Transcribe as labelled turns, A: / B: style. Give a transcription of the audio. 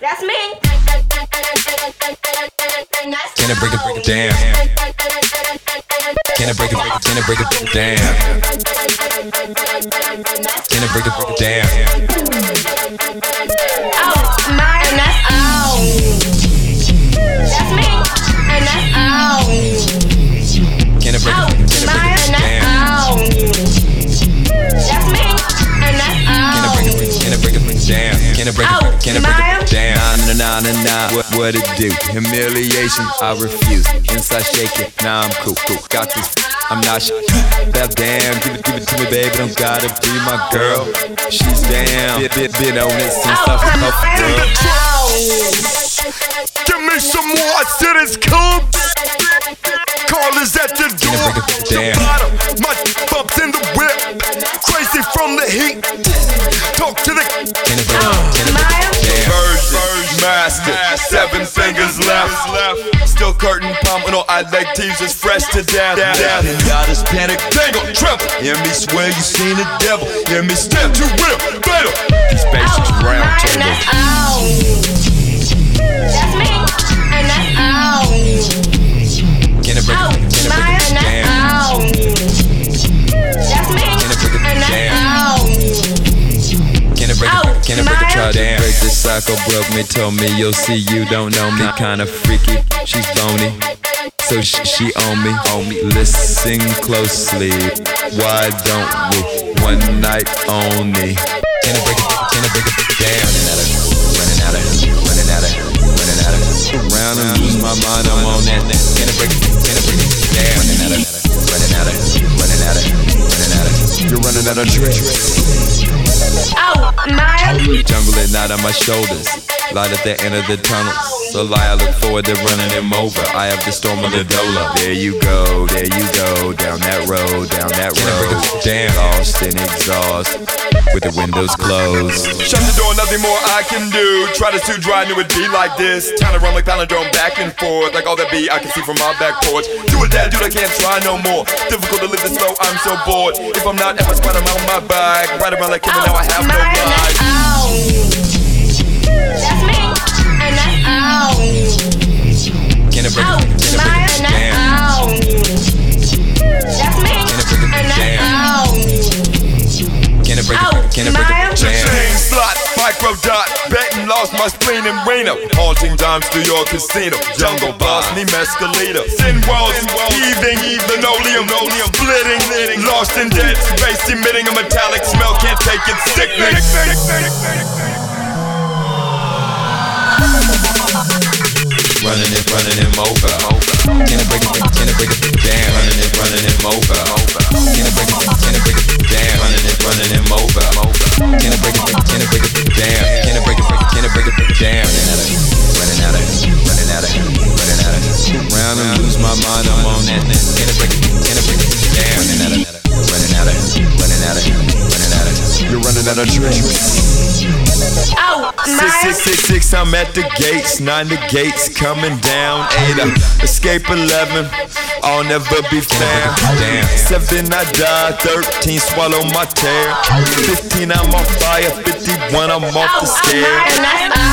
A: That's me.
B: Can it break it, break it down? Can it break it, break it, can it break it, break it down? Can it break it, break it down?
A: Oh, my, and that's all. That's me. And that's all.
B: Can it break
A: Oh,
B: it, can it
A: my,
B: break
A: and
B: it
A: that's
B: down?
A: all. That's me. And that's
B: Can it
A: all.
B: break it, break it, can it break it, break it down? Can it break it, break it, can it break it, break it down?
C: Nah, nah, nah, nah, nah. What, what it do? Humiliation, I refuse. Inside shake it, nah, I'm cool, cool. Got this, I'm not sh- That damn, give it, give it to me, baby. Don't gotta be my girl. She's damn. Been, been, been on it since
A: Oh,
C: I was a girl.
D: Give me some more. I said it's cold. Callers at the
B: it
D: door.
B: break it, break it down?
D: bottom. My bumps in the whip. Crazy from the heat. Talk to the
B: Can it break it, can it break it down?
C: Virgin, master, seven fingers left. Still curtain pumping, all I like teasers fresh to death. death. And God is panic, dangle, tremble. Hear me swear you seen the devil. Hear me step to real, fatal. These basics round
A: And
C: table.
A: that's all. Oh, That's me. And that's all.
B: Can it break
A: Oh,
B: it, can
A: my,
B: it break it
A: and that's
B: down?
A: all. That's oh. me. And that's all.
B: Can it break it,
A: Oh,
B: can it break it, try
A: smile.
B: down?
C: Break the cycle, broke me, told me you'll see you don't know me. Kinda freaky, she's bony. So sh- she on me, on me. Listen closely, why don't we? One night
B: Can
C: only.
B: it break it, can it break it, break it down?
C: Running out of, running out of, running out of. Round and lose my mind, I'm on that.
B: Can it break it, can it break it down?
C: Running out of, running out of, running out of, running out of. You're running out of tricks.
A: Oh, my.
C: Jungle at night on my shoulders. Light at the end of the tunnel. So lie, I look forward to running him over. I have the storm of the dola. There you go, there you go. Down that road, down that road.
B: Damn.
C: Lost and exhaust with the windows closed.
D: Shut the door, nothing more I can do. Try to too dry, knew it'd be like this. Trying to run like Palindrome back and forth. Like all that be I can see from my back porch. Do it, that dude, I can't try no more. Difficult to live this slow, I'm so bored. If I'm not at my spot, I'm on my bike. Right around like him, and now I have no life.
A: oh. oh.
B: Can it break it, can it break it down?
A: oh. oh.
B: Can it break it, can it break it down?
D: Chain slot, micro dot, betting lost my spleen in Reno. Haunting dimes through your casino. Jungle boss, me mescalita. Sin walls, heaving, linoleum, linoleum, splitting, lost in dead space, emitting a metallic smell. Can't take it, sickening.
C: Running it, running him over.
B: Can it break it, can it break it down?
C: Running it, running him over.
B: Can it break it, can it break it down?
C: Running it, running him over.
B: Can it break it, can it break it down? Can it break it, break it, can it break it, break it down?
C: Running out of, running out of, running out of. Round and lose my mind, I'm on that.
B: Can it break it, can it break it down?
C: Running out of, running out of, running out of, running out of. You're running out of tricks.
A: Oh,
C: Six, six, six, six, I'm at the gates. Nine the gates, coming down. Eight, uh, escape eleven. I'll never be found. Seven, I die. Thirteen, swallow my tear. Fifteen, Oh, I'm on fire. Fifty-one, I'm off the stairs.
A: And that's
C: Oh, Oh,
A: Oh,
C: Oh,
A: Oh,